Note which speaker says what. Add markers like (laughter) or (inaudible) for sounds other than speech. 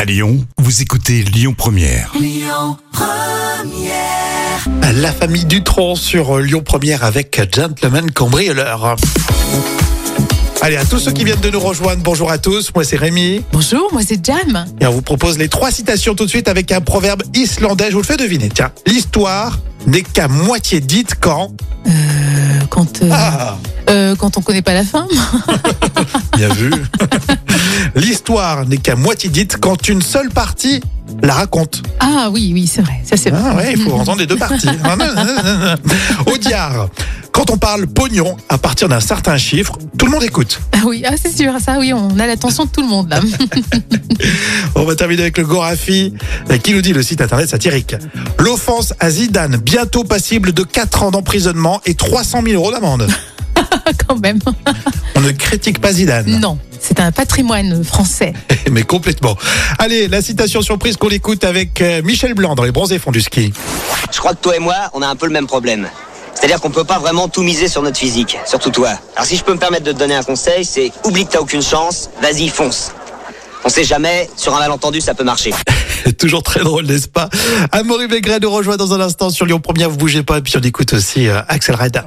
Speaker 1: À Lyon, vous écoutez Lyon Première.
Speaker 2: La famille Dutron sur euh, Lyon Première avec Gentleman Cambrioleur. Allez, à tous ceux qui viennent de nous rejoindre, bonjour à tous, moi c'est Rémi.
Speaker 3: Bonjour, moi c'est Jam. Euh,
Speaker 2: Et on vous propose les trois citations tout de suite avec un proverbe islandais, je vous le fais deviner. Tiens, l'histoire n'est qu'à moitié dite quand...
Speaker 3: Euh, quand, euh,
Speaker 2: Ah,
Speaker 3: euh, quand on connaît pas la fin.
Speaker 2: (laughs) bien vu. (laughs) l'histoire n'est qu'à moitié dite quand une seule partie la raconte.
Speaker 3: Ah oui, oui, c'est vrai. Ça c'est vrai.
Speaker 2: Ah ouais, il faut entendre les deux parties. Audiard, quand on parle pognon à partir d'un certain chiffre, tout le monde écoute.
Speaker 3: Ah oui, ah, c'est sûr, ça oui, on a l'attention de tout le monde là. (laughs)
Speaker 2: On va terminer avec le Gorafi euh, qui nous dit le site internet satirique. L'offense à Zidane, bientôt passible de 4 ans d'emprisonnement et 300 000 euros d'amende.
Speaker 3: Quand même.
Speaker 2: On ne critique pas Zidane,
Speaker 3: Non, c'est un patrimoine français.
Speaker 2: (laughs) mais complètement. Allez, la citation surprise qu'on écoute avec euh, Michel Blanc dans les bronzés fonds du (laughs) ski.
Speaker 4: Je crois que toi et moi, on a un peu le même problème. C'est-à-dire qu'on peut pas vraiment tout miser sur notre physique, surtout toi. Alors si je peux me permettre de te donner un conseil, c'est oublie que t'as aucune chance, vas-y, fonce. On sait jamais, sur un malentendu, ça peut marcher.
Speaker 2: Toujours très drôle, n'est-ce pas Amaury Begret nous rejoint dans un instant sur Lyon Première, vous bougez pas, et puis on écoute aussi euh, Axel Reda.